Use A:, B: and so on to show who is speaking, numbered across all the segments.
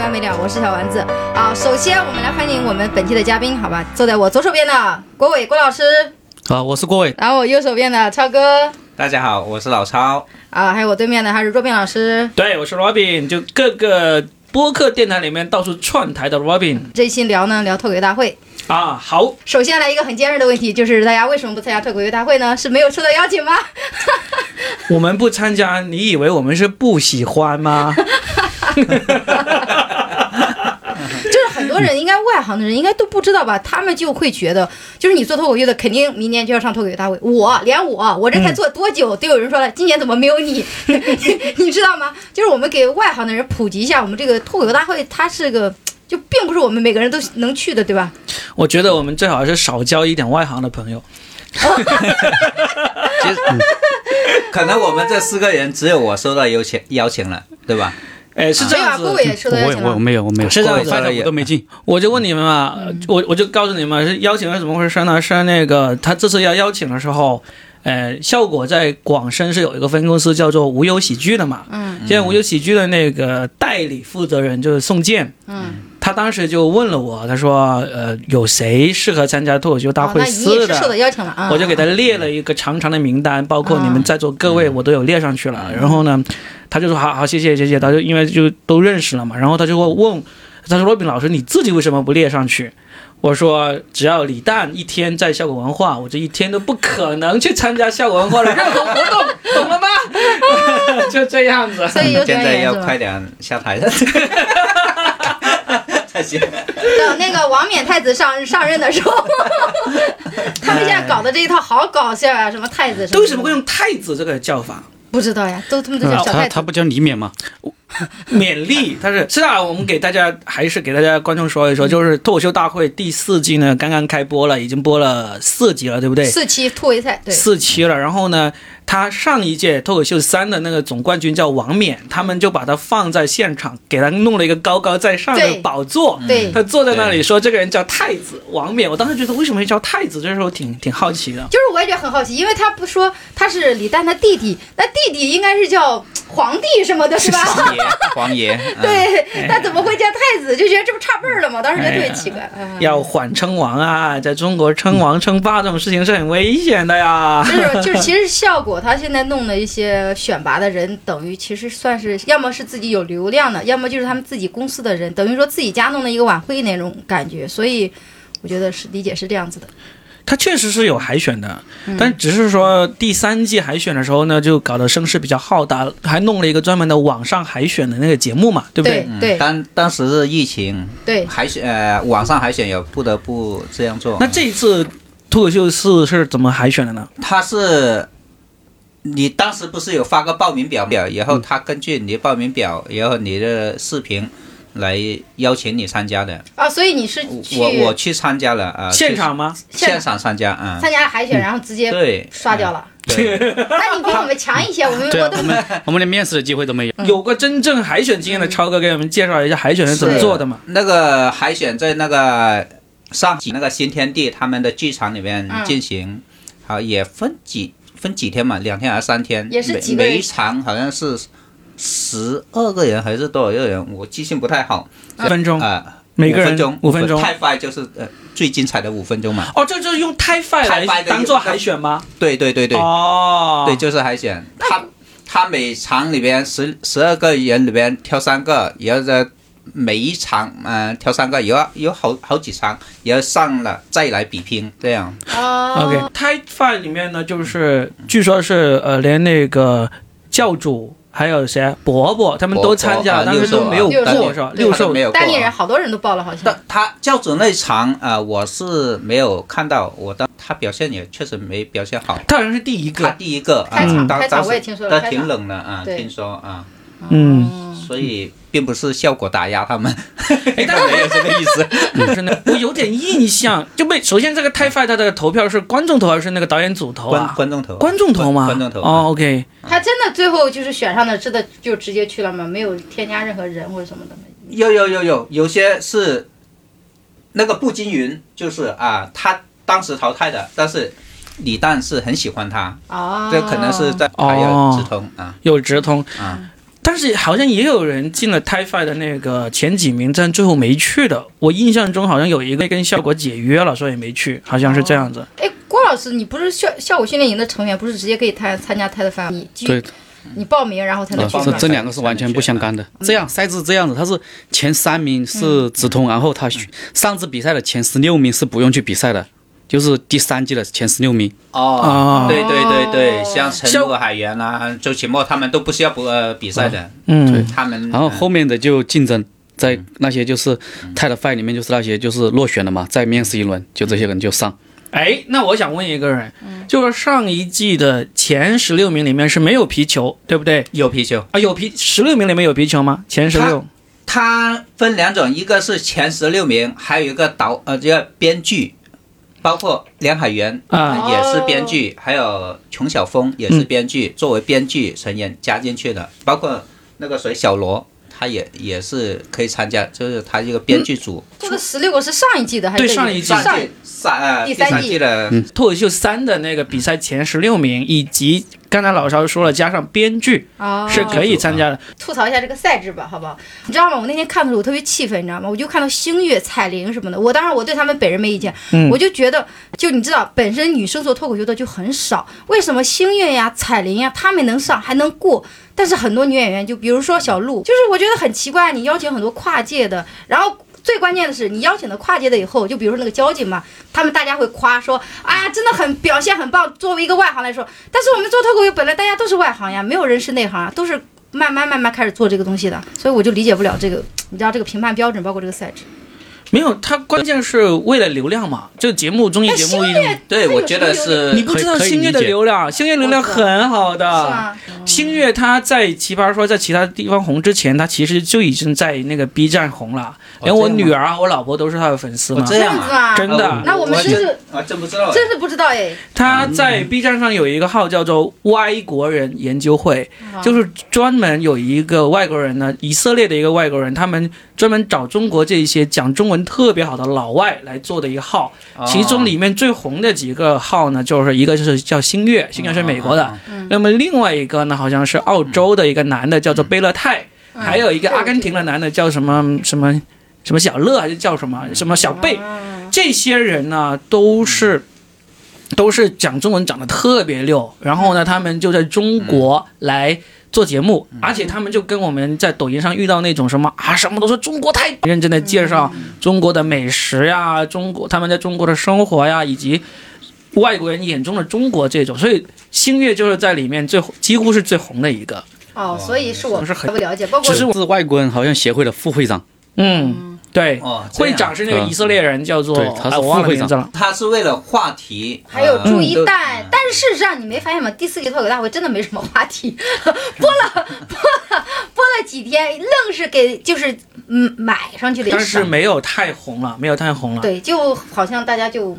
A: 完没了，我是小丸子啊。首先，我们来欢迎我们本期的嘉宾，好吧？坐在我左手边的郭伟郭老师，
B: 啊，我是郭伟。
A: 然后我右手边的超哥
C: 大家好，我是老超。
A: 啊，还有我对面的还是若冰老师。
B: 对，我是 Robin，就各个播客电台里面到处串台的 Robin
A: 这一期聊呢聊脱轨大会，
B: 啊。好，
A: 首先来一个很尖锐的问题，就是大家为什么不参加脱轨大会呢？是没有收到邀请吗？
B: 我们不参加，你以为我们是不喜欢 吗？
A: 就是很多人应该外行的人应该都不知道吧，他们就会觉得，就是你做脱口秀的，肯定明年就要上脱口秀大会。我连我，我这才做多久，都有人说了，今年怎么没有你？ 你知道吗？就是我们给外行的人普及一下，我们这个脱口秀大会它是个，就并不是我们每个人都能去的，对吧？
B: 我觉得我们最好是少交一点外行的朋友。
C: 其实，可能我们这四个人只有我收到邀请邀请了，对吧？
B: 哎，是这
A: 对吧？
B: 样子
A: 啊郭。伟也收
D: 我
A: 到邀
D: 也
A: 请
D: 我
A: 了
D: 我。没有我没有，
B: 是这样子哎
D: 发展我都没进。
B: 我就问你们嘛，
A: 嗯
B: 我我就告诉你们是邀请是怎么回事呢？是那个他这次要邀请的时候，呃，效果在广深是有一个分公司叫做无忧喜剧的嘛。
A: 嗯
B: 现在无忧喜剧的那个代理负责人就是宋健，
A: 嗯，
B: 他当时就问了我，他说，呃，有谁适合参加脱口秀大
A: 哦
B: 会
A: 那你也
B: 四
A: 是
B: 的？
A: 受到邀请了啊？
B: 我就给他列了一个长长的名单，包括你们在座各位，我都有列上去了。然后呢，他就说好好谢谢谢谢，他就因为就都认识了嘛，然后他就会问，他说罗宾老师你自己为什么不列上去？我说只要李诞一天在效果文化，我这一天都不可能去参加效果文化的任何活动，懂了吗？ 就这样子。
A: 所以有
C: 现
A: 点
C: 在
A: 远
C: 要
A: 是吧
C: 快？点下台了。才行。
A: 等那个王冕太子上上任的时候， 他们现在搞的这一套好搞笑啊！什么太子什么？
B: 为什么会用太子这个叫法？
A: 不知道呀，都他们都叫小
D: 嗯他
A: 太
D: 他
A: 子。
D: 不叫李冕吗？
B: 勉励，他是是啊，我们给大家还是给大家观众说一说，就是脱口秀大会第四季呢，刚刚开播了，已经播了四集了，对不对？
A: 四期突围赛，对，
B: 四期了。然后呢，他上一届脱口秀三的那个总冠军叫王冕，他们就把他放在现场，给他弄了一个高高在上的
A: 对
B: 宝座。
A: 对
B: 他坐在那里说：“这个人叫太子王冕。”我当时觉得为什么叫太子，这时候挺挺好奇的。
A: 就是我也觉得很好奇，因为他不说他是李诞的弟弟，那弟弟应该是叫皇帝什么的，是 吧？
C: 王爷，王爷。嗯，
A: 对，那怎么会叫太子？就觉得这不差辈儿了吗？当时觉得特别奇怪。 啊
B: 要缓称王啊，在中国称王称霸这种事情是很危险的呀。
A: 就是就是，其实效果他现在弄的一些选拔的人，等于其实算是要么是自己有流量的，要么就是他们自己公司的人，等于说自己家弄的一个晚会那种感觉，所以我觉得是理解是这样子的。
B: 他确实是有海选的，
C: 嗯
B: 但只是说第三季海选的时候呢，就搞得声势比较浩大，还弄了一个专门的网上海选的那个节目嘛，对不对？
C: 嗯
A: 对
C: 当当时是疫情，
A: 对，
C: 海选呃，网上海选也不得不这样做。
B: 那这一次脱口秀四是怎么海选的呢？
C: 他是，你当时不是有发个报名表表，然后他根据你的报名表，然后你的视频来邀请你参加的。
A: 啊，所以你是去
C: 我我去参加了啊，呃
B: 现场嗯吗？
C: 去现场参加啊，
A: 参加了海选，然后直接
C: 对，
A: 刷掉了。
C: 对，
A: 那你比我们强一些， 我们
D: 对
A: 我
D: 啊，
A: 都
D: 我们我们连面试的机会都 没有。
B: 有过真正海选经验的超哥给我们介绍一下海选是怎么做的嘛？
C: 那个海选在那个上海那个新天地他们的剧场里面
A: 嗯
C: 进行，好也分几分几天嘛，两天还是三天？
A: 也是
C: 每
A: 几个人
C: 每一场好像是十二个人还是多少个人，我记性不太好
B: 一分钟，
C: 啊。
B: 嗯每个
C: 五分
B: 人
C: 钟，
B: 五分钟。
C: 太快就是呃最精彩的五分钟嘛。
B: 哦，这就是用 TiFi
C: 太快
B: 来
C: 的一个
B: 当做海选吗？
C: 对对对对，
B: 哦，
C: 对，就是海选，他他每场里边十十二个人里边挑三个，然后在每一场嗯、呃挑三个，有有好好几场，然后上了再来比拼，这样。
A: 哦
B: OK，Type Five 里面呢，就是据说是呃，连那个教主还有谁啊伯伯他们都参加，
C: 我我
B: 但是都没有
A: 六兽
B: 过是吧？
A: 六
B: 六
C: 兽
B: 兽
C: 啊没有过啊
A: 代理人好多人都报了，好像
C: 但他教主那场啊、呃我是没有看到，我当他表现也确实没表现好。
B: 他好像是第一
C: 他
B: 个，
C: 第一个啊
A: 开，场
C: 当
A: 开场
C: 当时
A: 我也听说了
C: 但
A: 开场
C: 挺冷的啊，
A: 对
C: 听说啊，
A: 哦
B: 嗯，
C: 所以并不是效果打压 他们，
B: 哎，但嗯
C: 没有这个意 思。
B: 真的我有点印象，就被首先这个 Type Five 它的投票是观众投还是那个导演组投
C: 观
B: 啊？
C: 观众投，
B: 观众投吗？
C: 观众投
B: 哦，OK，
A: 他真的最后就是选上的，真的就直接去了吗？没有添加任何人或者什么的吗？
C: 有有有有，有些是那个步惊云，就是啊，他当时淘汰的，但是李诞是很喜欢他，
A: 哦，
C: 这可能是在
B: 哦
C: 还有直通啊，
B: 有直通
C: 啊。
B: 但是好像也有人进了 TIFI 的那个前几名，但最后没去的。我印象中好像有一个跟效果解约了，所以没去，好像是这样子。
A: 哎，郭老师，你不是效效果训练营的成员，不是直接可以参参加 TED 翻？你
D: 对，
A: 你报名然后才能
D: 呃
A: 去
C: 报
D: 这
A: 吗
C: 名？
D: 这两个是完全不相干的。
A: 嗯
D: 这样赛制这样子，它是前三名是直通，然后他
A: 嗯
D: 上次比赛的前十六名是不用去比赛的，就是第三季的前十六名。
C: 哦
B: 哦，
C: 对对对对，像陈
B: 像
C: 露、海源啦、周启墨他们都不需要不呃比赛的，
B: 嗯，
C: 他们
D: 哦
C: 呃
D: 然后后面的就竞争，在那些就是 TED Fight 里面就是那些就是落选了嘛，再面试一轮，就这些人就上。
B: 哎，那我想问一个人，就是上一季的前十六名里面是没有皮球，对不对？
C: 有皮球。
B: 啊，有皮十六名里面有皮球吗？前十六
C: 它分两种，一个是前十六名，还有一个导呃这个编剧，包括梁海源
B: 啊，
C: 也是编剧，还有琼晓峰也是编剧，作为编剧成员加进去的，包括那个谁小罗，他也也是可以参加，就是他一个编剧组。
A: 这个十六个是上一季的还是
B: 对
A: 这
B: 上一季
A: 上
C: 上三呃
A: 第
C: 第
A: 三季嗯
C: 三季的
B: 脱口秀三的那个比赛前十六名，以及刚才老邵说了，加上编剧
A: 啊
B: 是可以参加的。
A: 吐槽一下这个赛制吧，好不好？你知道吗？我那天看的时候我特别气愤，你知道吗？我就看到星月、彩铃什么的，我当然我对他们本人没意见，
B: 嗯
A: 我就觉得，就你知道，本身女生做脱口秀的就很少，为什么星月呀、彩铃呀她们能上还能过？但是很多女演员，就比如说小鹿，就是我觉得很奇怪，你邀请很多跨界的，然后。最关键的是，你邀请的跨界的以后，就比如说那个交警嘛，他们大家会夸说，哎呀，真的很表现很棒。作为一个外行来说，但是我们做脱口秀本来大家都是外行呀，没有人是内行啊，都是慢慢慢慢开始做这个东西的，所以我就理解不了这个，你知道这个评判标准，包括这个赛制。
B: 没有，他关键是为了流量嘛，就节目综艺节目一定。
C: 对，
A: 他有
C: 我觉得
A: 什么
C: 是
B: 你不知道
D: 呃可以可以
B: 星月的
D: 理解
B: 流量，星月流量很好
A: 是啊
B: 的。
A: 吧？
B: 星月他在奇葩说在其他地方红之前，他其实就已经在那个 B 站红了，
C: 哦
B: 连我
C: 这样吗
B: 女儿啊、我老婆都是他的粉丝
C: 我
D: 哦
B: 嘛。
C: 这
A: 这
C: 样
A: 样子啊
B: 真的
A: 那我们真是
C: 呃我真不知道，
A: 真是不知道哎，
B: 他
D: 嗯
B: 在 B 站上有一个号叫做“歪国人研究会”，
A: 啊
B: 就是专门有一个外国人呢，以色列的一个外国人，他们专门找中国这些讲中文特别好的老外来做的一个号。
C: 哦
B: 其中里面最红的几个号呢，就是一个就是叫星月，星月是美国的，那么另外一个呢，好像是澳洲的一个男的叫做贝勒泰，
A: 嗯
B: 还有一个阿根廷的男的叫什么什么什么小乐还是叫什么什么小
A: 嗯
B: 贝，这些人呢都是。都是讲中文讲的特别溜，然后呢，他们就在中国来做节目，而且他们就跟我们在抖音上遇到那种什么啊，什么都说中国太认真的介绍中国的美食呀，中国他们在中国的生活呀，以及外国人眼中的中国这种，所以星月就是在里面最几乎是最红的一个。
A: 哦，所以是我
B: 不是很
A: 不了解，包括
D: 其实我是外国人好像协会的副会长，
B: 嗯，对，
C: 哦这
B: 会
C: 样
B: 长是那个以色列人，叫做
D: 对他是
B: 哎我忘了
D: 副会
B: 名
D: 长
B: 字了。
C: 他是为了话题，
A: 还有
C: 呃
A: 朱
B: 嗯
A: 一
C: 都
A: 蛋，但是事实上你没发现吗？第四季脱口大会真的没什么话题， 播了播了播了几天，愣是给就是嗯买上去的，
B: 但是没有太红了，没有太红了。
A: 对，就好像大家就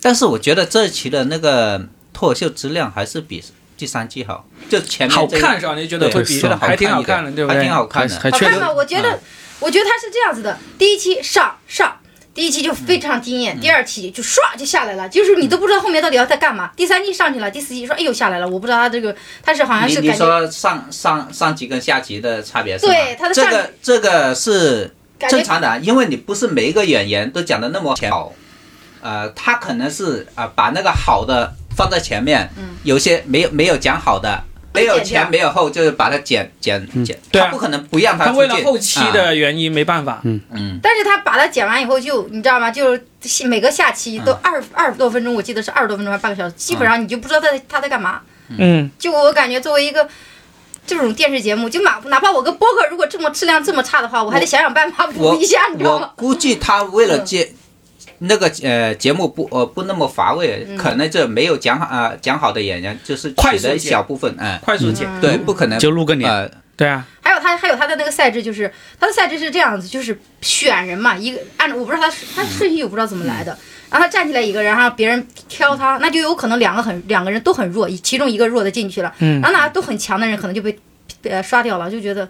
C: 但是我觉得这期的那个脱口秀质量还是比第三季好，就前面
B: 好
C: 这个
B: 看是吧？你觉得
C: 对
B: 会比
D: 是的
B: 还挺好看的，对不
C: 还
B: 对
C: 挺？好看
D: 还
C: 的，
D: 还
A: 好
D: 确
A: 看
D: 实
A: 吗？我觉
C: 啊
A: 得，我觉得它是这样子的：第一期上上，第一期就
C: 嗯
A: 非常惊艳；第二期就唰就下来了，就是你都不知道后面到底要在干嘛。第三季上去了，第四季说哎呦下来了，我不知道它这个它是好像
C: 你
A: 是
C: 你
A: 感觉
C: 说上上上级跟下级的差别是吧？
A: 对它的
C: 这
A: 上
C: 个这个是
A: 感
C: 正
A: 觉
C: 常的啊，因为你不是每一个演员都讲的那么好，呃，他可能是啊、把那个好的放在前面，有些没有没有讲好的。没有
A: 嗯剪掉嗯
C: 前没有后，就是把它剪剪剪，
B: 对啊
C: 他不可能不让
B: 他
C: 出
B: 为了
C: 去
B: 后期
C: 啊
B: 的原因没办法。
C: 嗯，
A: 但是他把它剪完以后就，你知道吗？就是每个下期
C: 嗯
A: 都二十二十多分钟，我记得是二十多分钟还半个小时，基本上你就不知道他在他在干嘛。
B: 嗯，
A: 就我感觉作为一个。这种电视节目，就哪哪怕我个播客如果这么质量这么差的话，我还得想想办法补
C: 我
A: 一下，你知道吗
C: 我？估计他为了接那个呃节目不呃不那么乏味，
A: 嗯
C: 可能就没有讲好啊、讲好的演员，就是
B: 快
C: 取
B: 速
C: 的一
B: 剪
C: 小部分，嗯，
B: 快速剪。
C: 对，不
A: 嗯
C: 可能
D: 就录个脸。
C: 呃
B: 对啊，
A: 还有他，还有他的那个赛制，就是他的赛制是这样子，就是选人嘛，一个按照我不知道他是他顺序我不知道怎么来的，然后他站起来一个人，然后别人挑他，那就有可能两个很两个人都很弱，其中一个弱的进去了，然后那都很强的人可能就被呃刷掉了，就觉得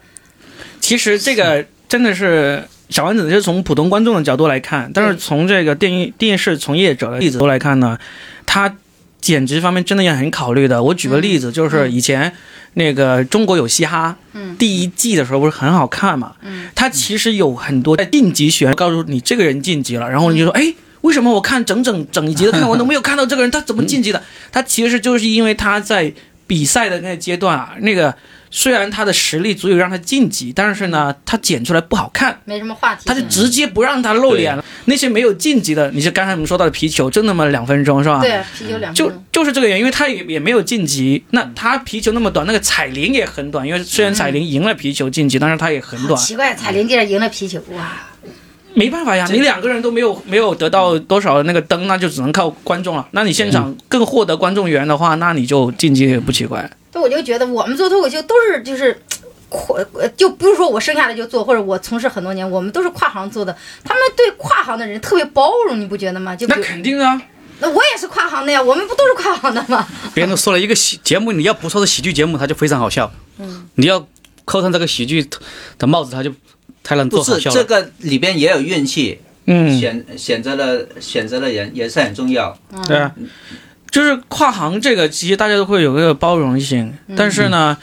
B: 其实这个真的是小丸子，就是从普通观众的角度来看，但是从这个电影电视从业者的例子来看呢，他减脂方面真的也很考虑的。我举个例子，就是以前那个《中国有嘻哈》第一季的时候不是很好看嘛？嗯，它其实有很多在晋级选，告诉你这个人晋级了，然后你就说，哎。为什么我看整整整一集的看我都没有看到这个人他怎么晋级的？他其实就是因为他在比赛的那个阶段啊，那个虽然他的实力足以让他晋级，但是呢，他剪出来不好看，
A: 没什么话题
B: 他
A: 性。
B: 就直接不让他露脸了。那些没有晋级的，你是刚才我们说到的皮球，就那么两分钟是吧？
A: 对啊啤酒两分
B: 啊就
A: 钟
B: 就是这个原因，因为他也也没有晋级，那他皮球那么短，那个彩铃也很短，因为虽然彩铃赢了皮球晋级，但是他也很
A: 好
B: 短，
A: 奇怪，彩铃竟然赢了啤酒啊哇！
B: 没办法呀，你两个人都没有没有得到多少那个灯，那就只能靠观众了。那你现场更获得观众缘的话，那你就晋级也不奇怪。
A: 但我就觉得我们做脱口秀都是就是。跨呃就不是说我生下来就做，或者我从事很多年，我们都是跨行做的。他们对跨行的人特别包容，你不觉得吗？就比
B: 那
A: 如
B: 肯定啊，
A: 那我也是跨行的呀，我们不都是跨行的吗？
D: 别人都说了一个喜节目，你要不说是喜剧节目，它就非常好笑。嗯，你要扣上这个喜剧的帽子，它就才能
C: 不
D: 做好
C: 是
D: 笑
C: 这
D: 了。
C: 个里边也有运气，
B: 嗯，
C: 选选择了选择了人也是很重要。
B: 对啊，就是跨行这个，其实大家都会有一个包容性，但是呢，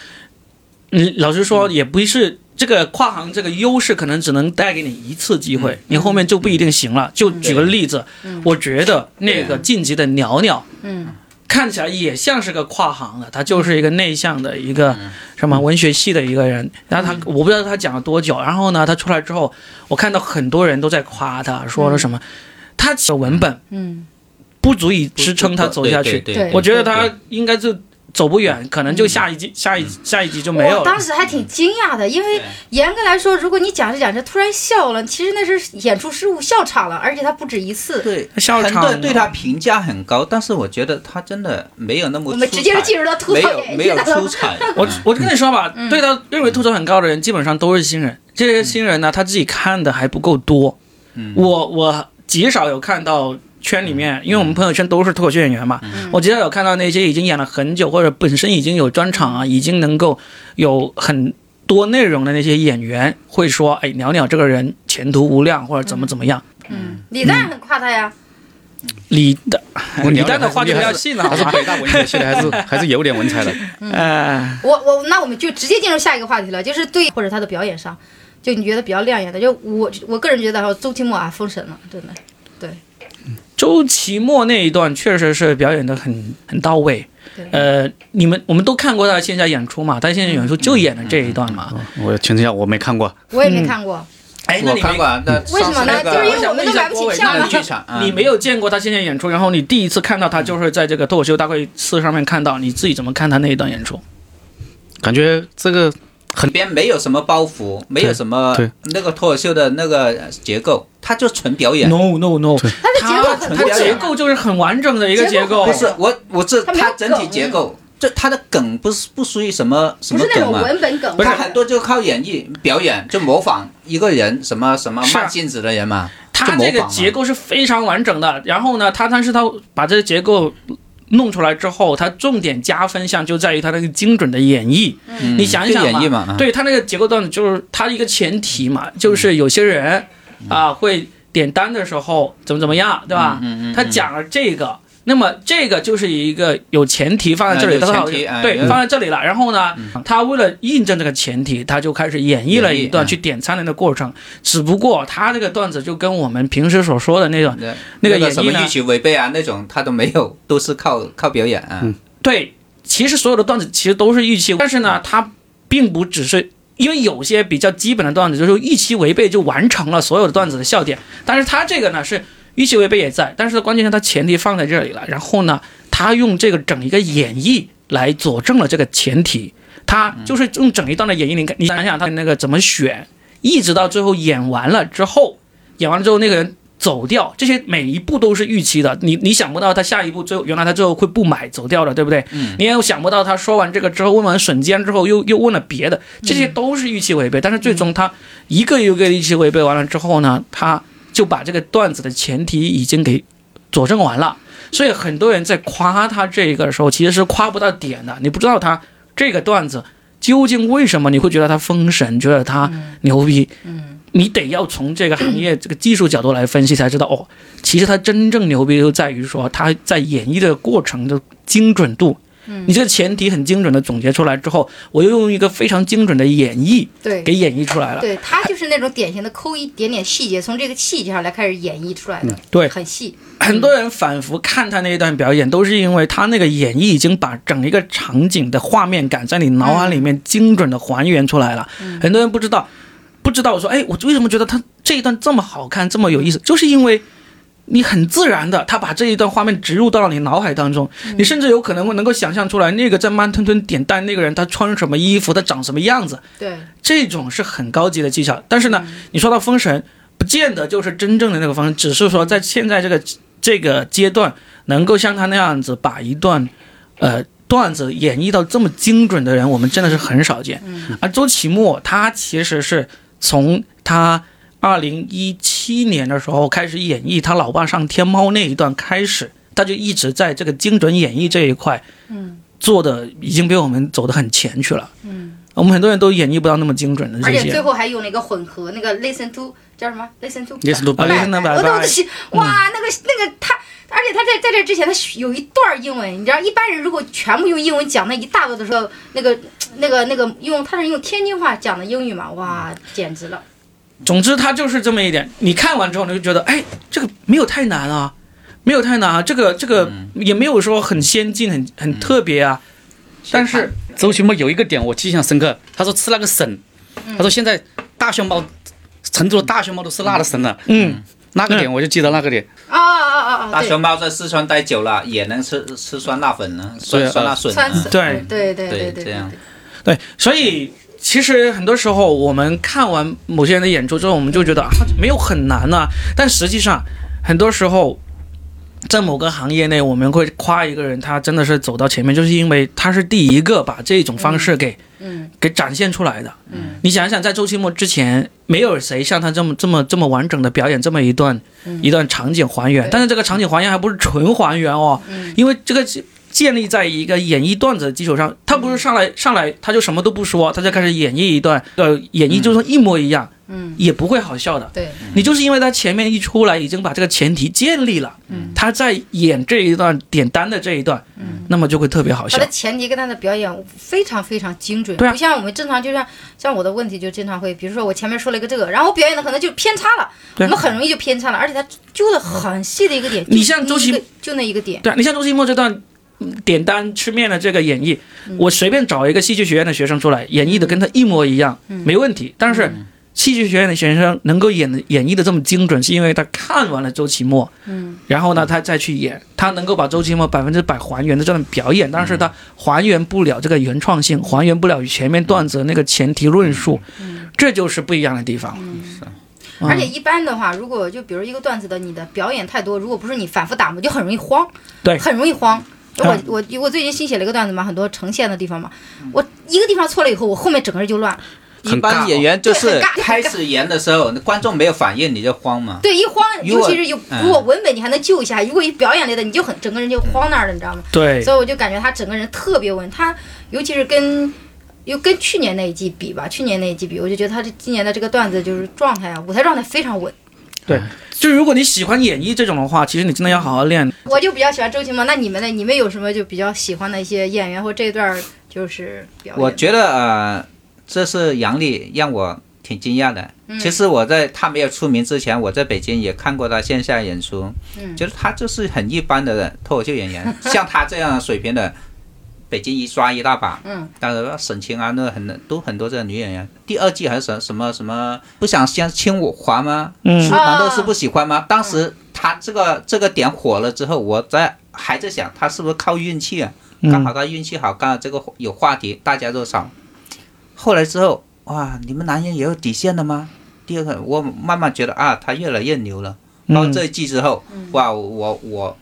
B: 嗯，老实说，也不是这个跨行这个优势，可能只能带给你一次机会，你后面就不一定行了。就举个例子，我觉得那个晋级的袅袅，
A: 嗯，
B: 看起来也像是个跨行的，他就是一个内向的一个什么文学系的一个人。然后他，我不知道他讲了多久。然后呢，他出来之后，我看到很多人都在夸他，说了什么，他写文本，
A: 嗯，
B: 不足以支撑他走下去。
C: 对
A: 对
B: 我觉得他应该是走不远，
C: 嗯
B: 可能就下一季、下一下一集就没有
A: 我
B: 了
A: 当。时还挺惊讶的，因为严格来说，如果你讲着讲着突然笑了，其实那是演出失误笑场了，而且他不止一次。
C: 对，
B: 笑
C: 很
B: 场啊
C: 多人对他评价很高，但是我觉得他真的没有那么
A: 我
C: 出
A: 们
C: 彩，
A: 直接就进入到吐
C: 没
A: 槽
C: 有
A: 演
C: 没
A: 技
C: 有
A: 了。
C: 出彩。
B: 我
C: 嗯
B: 我就跟你说吧，对他认为吐槽很高的人，基本上都是新人。这些新人呢，他自己看的还不够多。
C: 嗯
B: 我我极少有看到圈里面，因为我们朋友圈都是脱口秀演员嘛，
C: 嗯
A: 嗯
B: 我极少有看到那些已经演了很久或者本身已经有专场啊，已经能够有很多内容的那些演员会说，哎，袅袅这个人前途无量，或者怎么怎么样。
A: 嗯，李诞很夸他呀，
B: 李诞，
C: 嗯
D: 我
B: 李
D: 聊聊
B: 诞的话就不要
D: 还是
B: 信了，好
D: 还是
B: 吧？
D: 北大文学系 的，还是还是有点文 采的。
B: 哎，
A: 我我那我们就直接进入下一个话题了，就是对或者他的表演上，就你觉得比较亮眼的，就我我个人觉得哈，周奇墨啊封神了，真的。
B: 周奇墨那一段确实是表演的很很到位
A: 对。
B: 呃，你们我们都看过他的线下演出嘛？他线下演出就演了这一段嘛？
D: 哦我全程要我没看过，
A: 我也没看过，
B: 哎，那
C: 我
B: 你
C: 看
B: 没
C: 过啊，那
A: 为什么呢
C: 上次那个
A: 就是因为
B: 想
A: 我们
B: 问
A: 都
B: 一下
A: 买不起票啊
B: 郭伟那你
C: 那
B: 去
C: 剧场，嗯
B: 你没有见过他线下演出，然后你第一次看到他就是在这个脱口秀大会四上面看到，你自己怎么看他那一段演出？
D: 感觉这个
C: 里边没有什么包袱，没有什么
D: 对
C: 那个脱口秀的那个结构，它就纯表演。
B: No No No，
A: 他的结构很
B: 嗯他
A: 完
B: 结
A: 整啊
B: 构就是很完整的一个
A: 结
B: 结
A: 构
B: 构
C: 不，是我，我这
A: 它没有
C: 它整体
A: 梗
C: 结构，这它的梗不是不属于什么什
A: 不
C: 么
A: 是那
C: 梗啊
A: 种
C: 嘛。
A: 文本梗，
C: 它很多就靠演绎、表演，就模仿一个人什么什么
B: 是啊
C: 慢镜子的人嘛，就
B: 他
C: 模
B: 这啊个
C: 仿嘛。
B: 结构是非常完整的。然后呢，他但是他把这个结构弄出来之后，他重点加分项就在于他那个精准的演绎。
C: 嗯
B: 你想一
C: 就
B: 想
C: 演绎嘛，啊，
B: 对他那个结构段子，就是他一个前提嘛，就是有些人啊会点单的时候怎么怎么样，对吧？
C: 嗯嗯嗯嗯
B: 他啊讲了这个。那么这个就是一个有前提放在这里，
C: 嗯有
B: 他好
C: 前提嗯
B: 对
C: 有嗯
B: 放在这里了。然后呢，他为了印证这个前提，他就开始演绎了一段
C: 演绎啊
B: 去点餐的那个过程。只不过他这个段子就跟我们平时所说的那种
C: 那
B: 那个
C: 个
B: 演
C: 什
B: 绎
C: 么
B: 呢
C: 欲，求违背啊那种，他都没有，都是靠靠表演啊。
B: 对，其实所有的段子其实都是预期，但是呢，它并不只是因为有些比较基本的段子就是预期违背就完成了所有的段子的笑点，但是它这个呢是预期违背也在，但是关键是它前提放在这里了，然后呢，他用这个整一个演绎来佐证了这个前提，他就是用整一段的演绎，你看你想想他那个怎么选，一直到最后演完了之后，演完了之后那个人。走掉，这些每一步都是预期的。你你想不到他下一步最后，原来他最后会不买走掉的，对不对？嗯、你也想不到他说完这个之后，问完瞬间之后又又问了别的，这些都是预期违背。但是最终他一个又一个预期违背完了之后呢，他就把这个段子的前提已经给佐证完了。所以很多人在夸他这个的时候，其实是夸不到点的。你不知道他这个段子究竟为什么你会觉得他封神，觉得他牛逼。嗯，你得要从这个行 业、这个技术角度来分析，才知道哦，其实它真正牛逼就在于说它在演绎的过程的精准度。
A: 嗯
B: 你这个前提很精准的总结出来之后，我又用一个非常精准的演绎
A: 对
B: 给演绎出 来了。
A: 对，他就是那种典型的抠一点点细节，从这个细节上来开始演绎出来的，
B: 对
A: 很细。
B: 很多人反复看他那一段表演，都是因为他那个演绎已经把整一个场景的画面感在你脑海里面精准的还原出来了。很多人不知道，不知道我说，哎，我为什么觉得他这一段这么好看，这么有意思，就是因为。你很自然的，他把这一段画面植入到了你脑海当中，你甚至有可能会能够想象出来，那个在慢吞吞点单那个人他穿什么衣服，他长什么样子，
A: 对，
B: 这种是很高级的技巧。但是呢，你说到封神，不见得就是真正的那个封神，只是说在现在这个这个阶段，能够像他那样子把一段，呃。段子演绎到这么精准的人，我们真的是很少见。
A: 嗯
B: 而周奇墨他其实是从他二零一七年的时候开始演绎他老爸上天猫那一段开始，他就一直在这个精准演绎这一块，嗯，做的已经比我们走得很前去了。嗯，我们很多人都演绎不到那么精准的
A: 而
B: 这
A: 且最
B: 些。
A: 后还用了一个混合，那个 listen to 叫什么 listen to
D: Listen to
A: 拜
B: back 啊，listen to
A: 我都
B: back
A: 是哇，那个那个他。而且他在在这之前，他有一段英文，你知道，一般人如果全部用英文讲那一大段的时候，那个、那个、那个用他是用天津话讲的英语嘛，哇，简直了！
B: 总之，他就是这么一点。你看完之后，你就觉得，哎，这个没有太难啊，没有太难啊，这个这个也没有说很先进、很很特别啊。但是
D: 周奇墨有一个点我记忆象深刻，他说吃那个笋，他说现在大熊猫，成都的大熊猫都吃辣的笋了，
B: 嗯，
D: 那个点我就记得那个点，
A: 啊啊啊啊啊！
C: 大
A: 对
C: 熊，猫在四川待久了，也能吃吃酸辣粉呢，酸
D: 对啊
C: 酸辣笋
A: 酸死
C: 呢。
B: 对
A: 对对对
C: 对这样
B: 对，所以其实很多时候我们看完某些人的演出之后，我们就觉得啊，没有很难啊。但实际上，很多时候在某个行业内，我们会夸一个人，他真的是走到前面，就是因为他是第一个把这种方式给、
A: 嗯
B: 给展现出来的。嗯，你想一想，在周奇墨之前，没有谁像他这么这么这么完整的表演这么一段、一段场景还原
A: 嗯对。嗯
B: 但是这个场景还原还不是纯还原哦，因为这个是建立在一个演绎段子的基础上，他不是上
A: 嗯
B: 来上来他就什么都不说，他就开始演绎一段，呃，演绎就算一模一样，
A: 嗯，
B: 也不会好笑的。
A: 对，
B: 你就是因为他前面一出来已经把这个前提建立了，
A: 嗯
B: 他在演这一段点单的这一段，那么就会特别好
A: 他
B: 笑
A: 嗯的。前提跟他的表演非常非常精准，
B: 哦对啊
A: 不像我们正常，就像像我的问题就经常会，比如说我前面说了一个这个，然后我表演的可能就偏差了，我
B: 对嗯
A: 们很容易就偏差了，而且他揪的很细的一个点，
B: 你
A: 就
B: 像周
A: 一
B: 奇
A: 个就那一个点，
B: 对啊，你像周奇墨这段嗯点单吃面的这个演绎，
A: 嗯
B: 我随便找一个戏剧学院的学生出来演绎的跟他一模一样，
A: 嗯
B: 没问题。但是戏剧学院的学生能够演的演绎的这么精准，是因为他看完了周奇墨，嗯，然后呢他再去演，他能够把周奇墨百分之百还原的这段表演，但是他还原不了这个原创性，还原不了前面段子的那个前提论述，这就是不一样的地方。
A: 嗯
B: 嗯
A: 而且一般的话，如果就比如一个段子的你的表演太多，如果不是你反复打磨，就很容易慌，
B: 对
A: 很容易慌。我
B: 嗯
A: 我我最近新写了一个段子嘛，很多呈现的地方嘛，我一个地方错了以后，我后面整个人就乱了。
C: 一般演员就
A: 对
C: 是
A: 很尬
C: 开始演的时候，观众没有反应你就慌嘛。
A: 对，一慌，
C: 如
A: 尤
B: 啊
C: 果
A: 其是有
C: 嗯
A: 如果文本你还能救一下，如果一表演类的，你就很整个人就慌那儿了，你知道吗？
B: 对
A: 所以我就感觉他整个人特别稳，他尤其是跟又跟去年那一季比吧，去年那一季比，我就觉得他这今年的这个段子就是状态啊，舞台状态非常稳。
B: 对，就如果你喜欢演绎这种的话，其实你真的要好好练。
A: 我就比较喜欢周奇墨，那你们呢？你们有什么就比较喜欢的一些演员或这一段儿就是表演？
C: 我觉得呃，这是杨笠让我挺惊讶的。
A: 嗯
C: 其实我在他没有出名之前，我在北京也看过他线下演出，
A: 嗯
C: 觉得他就是很一般的脱口秀演 员，像他这样水平的，北京一抓一大把。
A: 嗯，
C: 当然沈清安那很都很多这个女演员，第二季还是什什么什么不想相亲我华吗？
B: 嗯
C: 苏杭都是
A: 啊
C: 不喜欢吗？当时他这个这个点火了之后，我在还在想他是不是靠运气啊？
B: 嗯
C: 刚好他运气好，刚好这个有话题，大家都找。后来之后，哇，你们男人也有底线的吗？第二个，我慢慢觉得啊，他越来越牛了。到
B: 嗯
C: 这一季之后，哇，我我，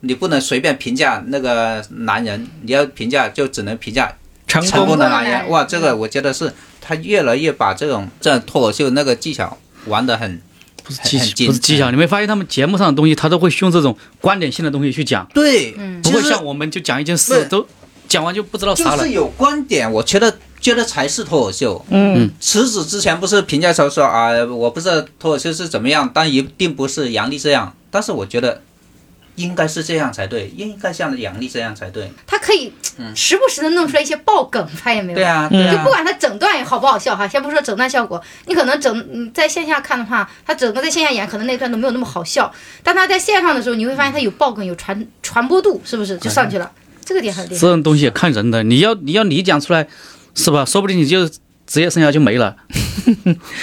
C: 你不能随便评价那个男人，你要评价就只能评价
B: 成
C: 成功
B: 功
C: 的
A: 男
C: 男
A: 人
C: 人。哇，这个我觉得是他越来越把这种这脱口秀那个技巧玩得很
D: 不是
C: 很
D: 技
C: 很
D: 巧
C: 精
D: 不是技巧，你没发现他们节目上的东西，他都会用这种观点性的东西去讲，
C: 对，
A: 嗯
D: 不
C: 其
D: 会
C: 实
D: 像我们就讲一件
C: 不
D: 事
C: 是
D: 都讲完就不知道啥
C: 就
D: 了
C: 是。有观点，我觉得觉得才是脱口秀。
B: 嗯，
C: 池子之前不是评价说说啊，我不知道脱口秀是怎么样，但一定不是杨笠这样。但是我觉得应该是这样才对，应该像杨笠这样才对。
A: 他可以时不时的弄出来一些爆梗，发现没有？
C: 对啊，对
A: 就
C: 啊
A: 不。管他整段好不好笑哈，先不说整段效果，你可能整你在线下看的话，他整个在线下演，可能那段都没有那么好笑。但他在线上的时候，你会发现他有爆梗，有传传播度，是不是就上去了？这个点很厉害
D: 这。种东西也看人的，你要你要你讲出来，是吧？说不定你就职业生涯就没了。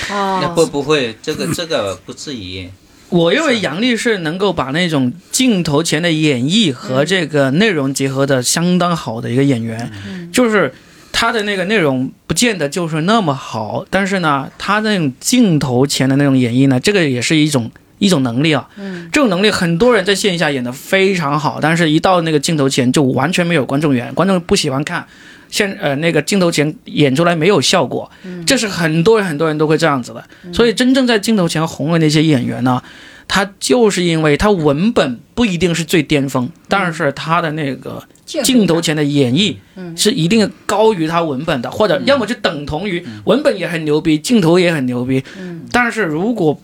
C: 那
A: 哦，
C: 不不会，这个这个不至于。
B: 我认为杨笠是能够把那种镜头前的演绎和这个内容结合的相当好的一个演员，就是他的那个内容不见得就是那么好，但是呢，他那种镜头前的那种演绎呢，这个也是一种一种能力啊。这种能力很多人在线下演得非常好，但是一到那个镜头前就完全没有观众缘，观众不喜欢看。现呃那个镜头前演出来没有效果，这是很多人很多人都会这样子的。所以真正在镜头前红的那些演员呢，他就是因为他文本不一定是最巅峰，但是他的那个镜头前的演绎是一定高于他文本的，或者要么就等同于文本也很牛逼，镜头也很牛逼。但是如果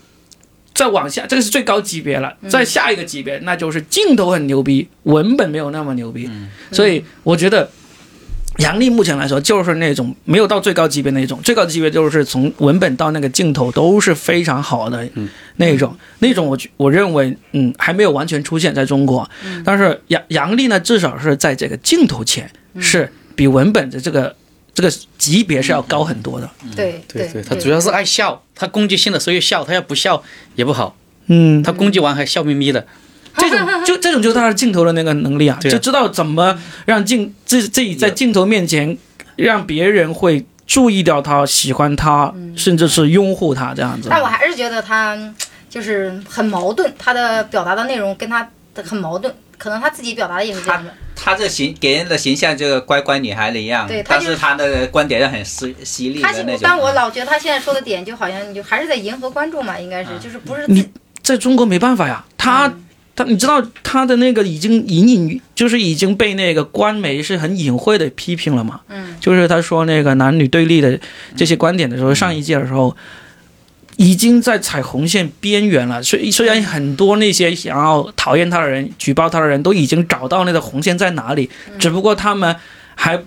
B: 再往下，这个是最高级别了，再下一个级别，那就是镜头很牛逼，文本没有那么牛逼。所以我觉得。杨笠目前来说就是那种没有到最高级别那种，最高级别就是从文本到那个镜头都是非常好的那种，那种我觉我认为嗯还没有完全出现在中国，但是杨杨笠呢至少是在这个镜头前是比文本的这个这个级别是要高很多的，
A: 对
D: 对，他主要是爱笑，他攻击性的时候又笑，他要不笑也不好，
B: 嗯，
D: 他攻击完还笑眯眯的。
B: 这种就这种就是他的镜头的那个能力啊，
D: 对啊
B: 就知道怎么让镜自自己在镜头面前让别人会注意到他、喜欢他，甚至是拥护他这样
D: 嗯
B: 子。
A: 但我还是觉得他嗯就是很矛盾，他的表达的内容跟他的很矛盾，可能他自己表达的也是这样的。
C: 她这形给人的形象就跟乖乖女孩的一样
A: 对，她
C: 但
A: 就是
C: 是她的观点又很犀犀利
A: 他
C: 的
A: 现
C: 那，种。
A: 但我老觉得他现在说的点就好像就还是在迎合观众嘛，应该
D: 啊
A: 是就是不是自
B: 你在中国没办法呀，他、他你知道他的那个已经隐隐就是已经被那个官媒是很隐晦的批评了嘛，
A: 嗯，
B: 就是他说那个男女对立的这些观点的时候，上一届的时候。已经在踩红线边缘了，虽虽然很多那些想要讨厌他的人、举报他的人都已经找到那个红线在哪里，只不过他们还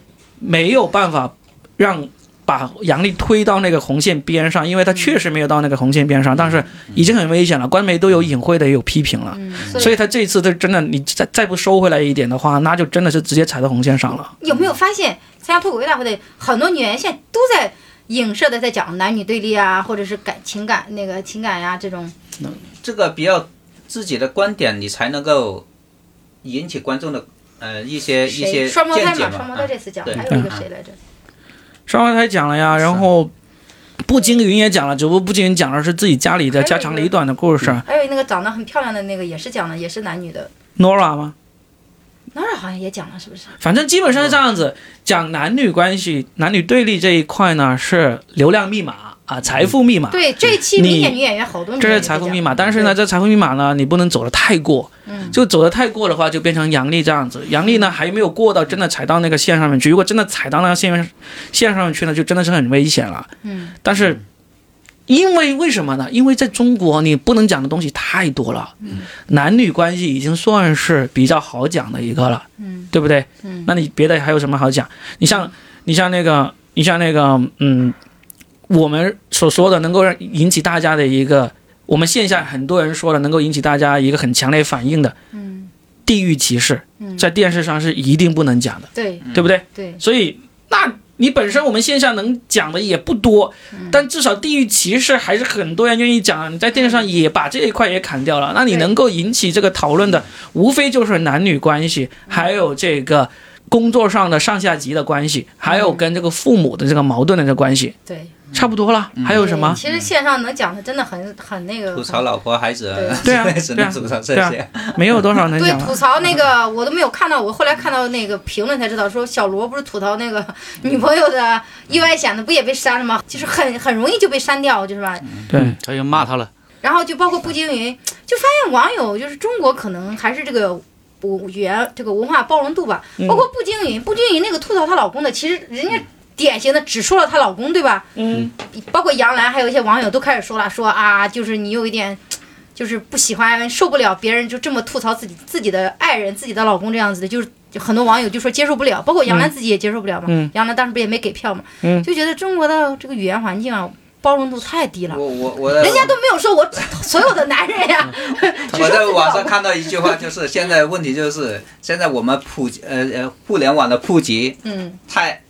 B: 没有办法让把杨笠推到那个红线边上，因为他确实没有到那个红线边上，但是已经很危险了，官媒都有隐晦的有批评了，
A: 嗯，
B: 所以他这次他真的，你再再不收回来一点的话，那就真的是直接踩到红线上了。
A: 有没有发现参加脱口秀大会的很多女演员现在都在影射的在讲男女对立啊，或者是感情感那个情感呀、这种，
C: 这个比较自己的观点，你才能够引起观众的呃一些一
A: 谁
C: 些
A: 双胞胎
C: 见解
A: 嘛，双
C: 嘛。
A: 胞
C: 啊
A: 胎这次讲
C: 对
A: 还有一个谁来着？
B: 上回他也讲了呀，然后步惊云也讲了，只不过步惊云讲的是自己家里的家长里短的故事
A: 还有那个长得很漂亮的那个也是讲的，也是男女的。
B: ，Nora 吗？
A: 哪儿好像也讲了，是不是？
B: 反正基本上是这样
A: 嗯
B: 子，讲男女关系、男女对立这一块呢是流量密码啊，财富密码。
A: 嗯对，这一期
B: 你
A: 明显女演员好多女
B: 这
A: 演
B: 是
A: 员
B: 财
A: 都
B: 富
A: 讲
B: 密码，但是呢，这财富密码呢，你不能走的太过，
A: 嗯
B: 就走的太过的话，就变成杨笠这样子。杨笠呢还没有过到真的踩到那个线上面去，如果真的踩到那个线线上面去呢，就真的是很危险了。
A: 嗯，
B: 但是因为为什么呢？因为在中国你不能讲的东西太多了，男女关系已经算是比较好讲的一个了，
A: 嗯，
B: 对不对？
A: 嗯，
B: 那你别的还有什么好讲？你像你像那个你像那个嗯，我们所说的能够让引起大家的一个，我们线下很多人说的能够引起大家一个很强烈反应的，嗯，地域歧视，在电视上是一定不能讲的，
A: 嗯对
B: 对不对？
A: 对，
B: 所以那你本身我们线下能讲的也不多，
A: 嗯
B: 但至少地域歧视还是很多人愿意讲。你在电视上也把这一块也砍掉了，那你
A: 对
B: 能够引起这个讨论的，无非就是男女关系，
A: 嗯
B: 还有这个。工作上的上下级的关
A: 嗯
B: 系，还有跟这个父母的这个矛盾的这个关系，
A: 对。
B: 差不多
A: 嗯
B: 了。还有什么
A: 对？其实线上能讲的真的很很那个，
C: 吐槽老婆孩子，
B: 对啊
C: 只
B: 对啊
C: 能吐槽这
B: 对啊
C: 些。
B: 没有多少能
A: 嗯对
B: 讲，
A: 吐
B: 了。
A: 槽那个我都没有看到，我后来看到那个评论才知道，说小罗不是吐槽那个 女朋友的意外险的，不也被删了吗？就是很很容易就被删掉，就是吧？
B: 对，
D: 他又哎骂他了，
A: 然后就包括步惊云，就发现网友就是中国可能还是这个。
B: 嗯
A: 语言这个文化包容度吧，包括步惊云，步惊云那个吐槽她老公的，其实人家典型的只说了她老公，对吧？
B: 嗯，
A: 包括杨澜，还有一些网友都开始说了，说啊，就是你有一点，就是不喜欢、受不了别人就这么吐槽自己自己的爱人、自己的老公这样子的，就是就很多网友就说接受不了，包括杨澜自己也接受不了嘛。
B: 嗯
A: 杨澜当时不也没给票嘛？
B: 嗯
A: 就觉得中国的这个语言环境啊，包容度太低了。
C: 我我我的
A: 人家都没有说 我所有的男人呀，只说
C: 我在
A: 自己
C: 网
A: 老
C: 上看到一句话，就是现在问题就是现在我们普及呃呃互联网的普及
A: 嗯
C: 太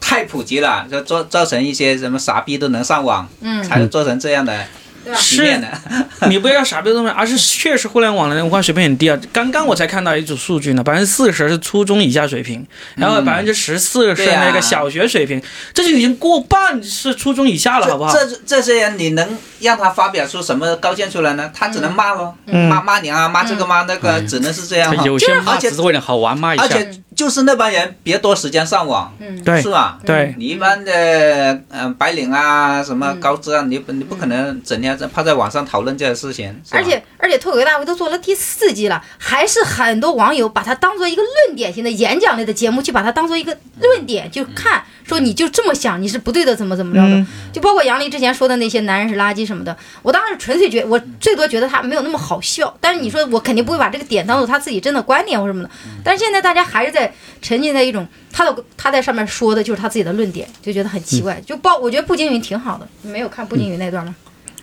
C: 太普及了，就造造成一些什么傻逼都能上网，
A: 嗯，
C: 才做成这样的
A: 对吧？
C: 局面的。
B: 你不要傻逼东西，而是确实互联网的文化水平很低啊。刚刚我才看到一组数据呢，百分之四十是初中以下水平，然后百分之十四是
C: 嗯对啊
B: 那个小学水平，这就已经过半是初中以下了，好不好？
C: 这这这些人，你能让他发表出什么高见出来呢？他只能骂咯，
B: 嗯
C: 骂骂娘啊，骂这个骂那个，只能是这样
D: 嗯他
C: 哈。
D: 有些
C: 而
D: 骂
C: 且
D: 只是为了好玩骂一
C: 而
D: 下，
C: 且就是那帮人，别多时间上网，
A: 嗯
B: 对
C: 是吧？
B: 对，
C: 你一般的嗯、呃白领啊，什么高知啊，你不你不可能整天在泡在网上讨论这些事情，是吧
A: 而且而且脱口秀大会都做了第四季了，还是很多网友把它当做一个论点型的演讲类的节目，去把它当做一个论点，就看说你就这么想，你是不对的，怎么怎么着的。
B: 嗯
A: 就包括杨笠之前说的那些男人是垃圾什么的，我当时纯粹觉我最多觉得他没有那么好笑，但是你说我肯定不会把这个点当做他自己真的观点或什么的。
B: 嗯
A: 但是现在大家还是在沉浸在一种他的他在上面说的就是他自己的论点，就觉得很奇
B: 嗯
A: 怪。就包我觉得步惊云挺好的，你没有看步惊云那段吗？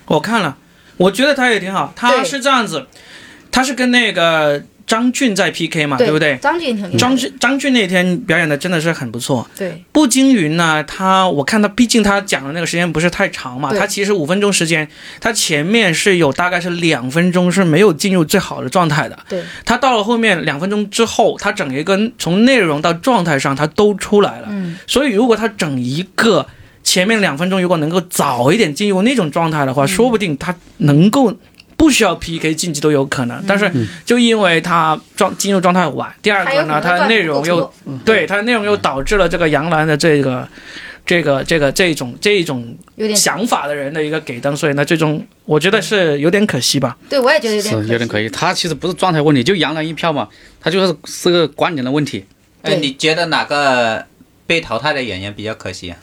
B: 我看了，我觉得他也挺好。他
A: 对
B: 是这样子，他是跟那个张俊在 PK 嗯啊嘛，对不对？
A: 张俊挺厉害的
B: 张俊张俊那天表演的真的是很不错。
A: 对
B: 步惊云呢，他我看他，毕竟他讲的那个时间不是太长嘛，
A: 对
B: 他其实五分钟时间，他前面是有大概是两分钟是没有进入最好的状态的。
A: 对。
B: 他到了后面两分钟之后，他整一个从内容到状态上，他都出来了。
A: 嗯
B: 所以如果他整一个前面两分钟如果能够早一点进入那种状态的
A: 嗯
B: 话，说不定他能够不需要 PK 晋级都有可能。但是就因为他状进入状态晚，第二
A: 嗯还
B: 个
A: 有可
B: 呢，
A: 能
B: 他的
A: 段
B: 内
A: 子不
B: 容
A: 够
B: 又
A: 多
B: 对他的内容又导致了这个杨澜的这个。这个这个这种这种
A: 有点
B: 想法的人的一个给灯，所以呢，最终我觉得是有点可惜吧。
A: 对我也觉得有
D: 是
A: 点
D: 有点可以。他其实不是状态问题，就杨澜一票嘛，他就是是个观点的问题。
C: 哎，
A: 对
C: 你觉得哪个被淘汰的演员比较可惜啊？